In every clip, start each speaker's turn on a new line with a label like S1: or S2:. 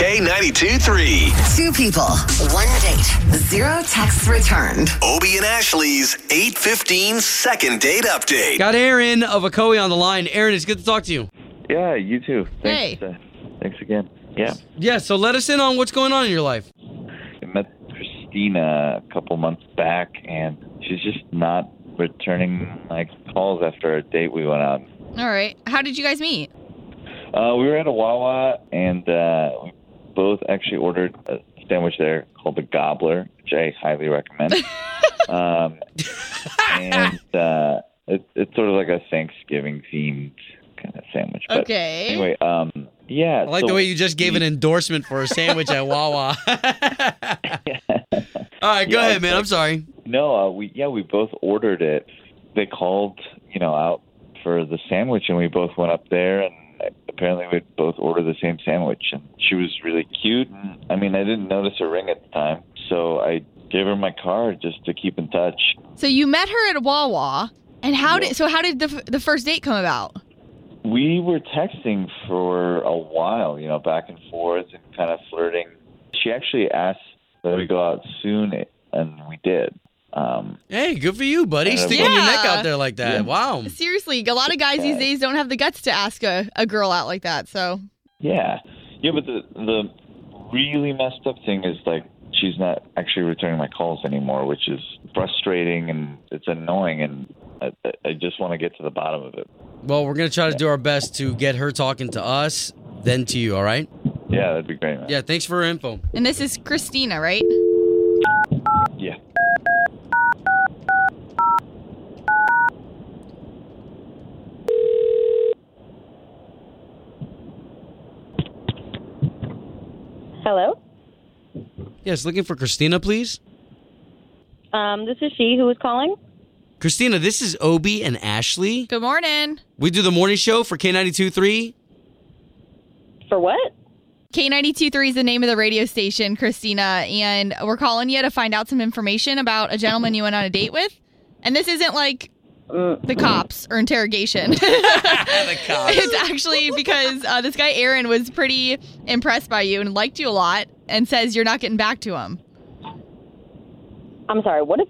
S1: K92 3.
S2: Two people, one date, zero texts returned.
S1: Obie and Ashley's 815 second date update.
S3: Got Aaron of Ocoee on the line. Aaron, it's good to talk to you.
S4: Yeah, you too. Thanks. Hey. thanks again. Yeah.
S3: Yeah, so let us in on what's going on in your life.
S4: I met Christina a couple months back, and she's just not returning my calls after a date we went on.
S5: All right. How did you guys meet?
S4: Uh, we were at a Wawa, and uh, we both actually ordered a sandwich there called the Gobbler, which I highly recommend. um, and uh, it, it's sort of like a Thanksgiving themed kind of sandwich. But
S5: Okay.
S4: Uh, Anyway, um, yeah.
S3: I like
S4: so
S3: the way you just gave an
S4: we-
S3: endorsement for a sandwich at Wawa. All right, go
S4: Yeah,
S3: ahead, man. I'm sorry.
S4: No, uh, we yeah, we both ordered it. They called, you know, out for the sandwich, and we both went up there, and apparently we both ordered the same sandwich. And she was really cute. And, I mean, I didn't notice her ring at the time, so I gave her my card just to keep in touch.
S5: So you met her at Wawa, and how
S4: Yeah.
S5: did so how did the f- the first date come about?
S4: We were texting for a while, you know, back and forth and kind of flirting. She actually asked that we go out soon, and we did. Um,
S3: Hey, good for you, buddy.
S4: Yeah.
S3: Sticking your neck
S5: Yeah.
S3: out there like that.
S4: Yeah.
S3: Wow.
S5: Seriously, a lot of guys these days don't have the guts to ask a, a girl out like that. So
S4: Yeah, yeah, but the the really messed up thing is like she's not actually returning my calls anymore, which is frustrating and it's annoying, and I, I- I just want to get to the bottom of it.
S3: Well, we're gonna try to do our best to get her talking to us, then to you. All right.
S4: Yeah, that'd be great. Man.
S3: Yeah. Thanks for her info.
S5: and this is Christina, right?
S4: yeah.
S6: Hello.
S3: Yes, looking for Christina, please.
S6: Um, this is she who was calling.
S3: Christina, this is Obi and Ashley.
S5: Good morning.
S3: We do the morning show for K92.3.
S6: For what?
S5: K92.3 is the name of the radio station, Christina, and we're calling you to find out some information about a gentleman you went on a date with. And this isn't like the cops or interrogation.
S3: Mm. The cops.
S5: It's actually because uh, this guy Aaron was pretty impressed by you and liked you a lot, and says you're not getting back to him.
S6: I'm sorry. What is?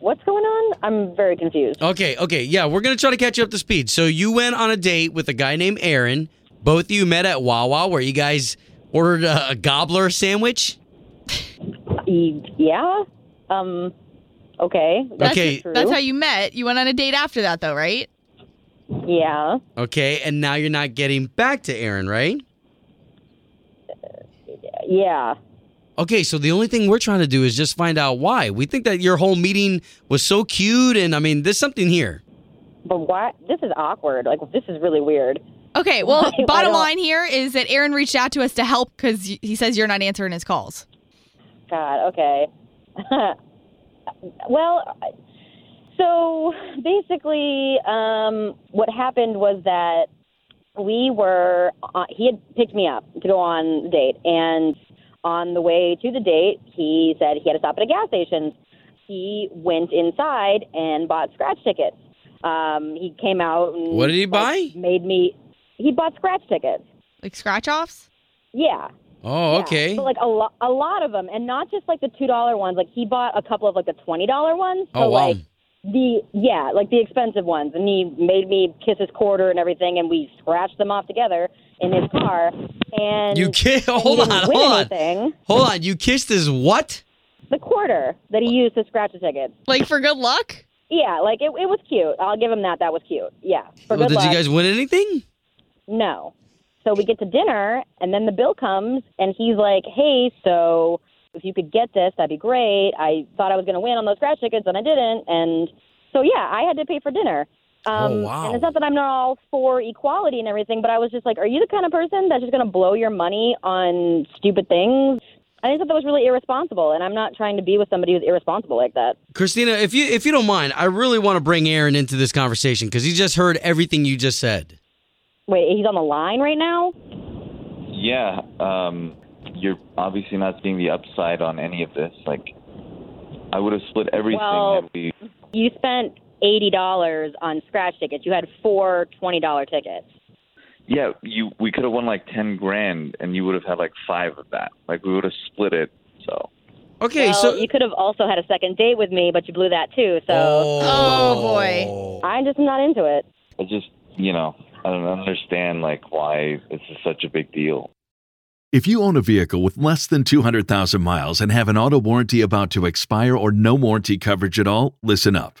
S6: What's going on? I'm very confused.
S3: Okay, okay, yeah, we're gonna try to catch you up to speed. So you went on a date with a guy named Aaron. Both of you met at Wawa, where you guys ordered a, a gobbler sandwich.
S6: E- Yeah. Um. Okay. That's
S3: Okay.
S6: True.
S5: That's how you met. You went on a date after that, though, right?
S6: yeah.
S3: Okay, and now you're not getting back to Aaron, right?
S6: Yeah.
S3: Okay, so the only thing we're trying to do is just find out why. We think that your whole meeting was so cute, and I mean, there's something here.
S6: But why? This is awkward. Like this is really weird.
S5: Okay. Well,
S6: Why- why
S5: bottom
S6: don't-
S5: line here is that Aaron reached out to us to help because he says you're not answering his calls.
S6: God. Okay. well, I- so basically, um, what happened was that we were. Uh, he had picked me up to go on the date, and on the way to the date, he said he had to stop at a gas station. He went inside and bought scratch tickets. Um, he came out. And,
S3: What did he
S6: like,
S3: buy?
S6: Made me. He bought scratch tickets.
S5: Like scratch offs?
S6: Yeah.
S3: Oh,
S6: Yeah,
S3: okay.
S6: But like a lot, a lot of them, and not just like the two dollar ones. Like he bought a couple of like the twenty dollar ones.
S3: Oh,
S6: but,
S3: wow.
S6: Like, the yeah, like the expensive ones, and he made me kiss his quarter and everything, and we scratched them off together in his car. And
S3: You ki-
S6: and he
S3: hold
S6: didn't
S3: on,
S6: win
S3: hold on.
S6: anything.
S3: Hold on, you kissed his what?
S6: The quarter that he used to scratch the tickets.
S5: Like for good luck?
S6: Yeah, like it, it was cute. I'll give him that. That was cute. Yeah. For
S3: Well,
S6: good
S3: Oh, did
S6: luck.
S3: you guys win anything?
S6: No. So we get to dinner, and then the bill comes, and he's like, "Hey, so if you could get this, that'd be great. I thought I was going to win on those scratch tickets, and I didn't, and so yeah, I had to pay for dinner." Um,
S3: Oh, wow.
S6: And it's not that I'm not all for equality and everything, but I was just like, are you the kind of person that's just going to blow your money on stupid things? I just thought that was really irresponsible, and I'm not trying to be with somebody who's irresponsible like that.
S3: Christina, if you if you don't mind, I really want to bring Aaron into this conversation because he just heard everything you just said.
S6: Wait, he's on the line right now?
S4: Yeah, um, you're obviously not seeing the upside on any of this. Like, I would have split everything.
S6: Well-
S4: had we,
S6: You spent $80 on scratch tickets. You had four $20 tickets.
S4: yeah, you we could have won like ten grand, and you would have had like five of that. Like, we would have split it. So
S3: Okay,
S6: well,
S3: so
S6: you could have also had a second date with me, but you blew that too. So
S5: Oh, boy.
S6: I'm just not into it.
S4: I just, you know, I don't understand like why this is such a big deal.
S7: If you own a vehicle with less than 200,000 miles and have an auto warranty about to expire or no warranty coverage at all, listen up.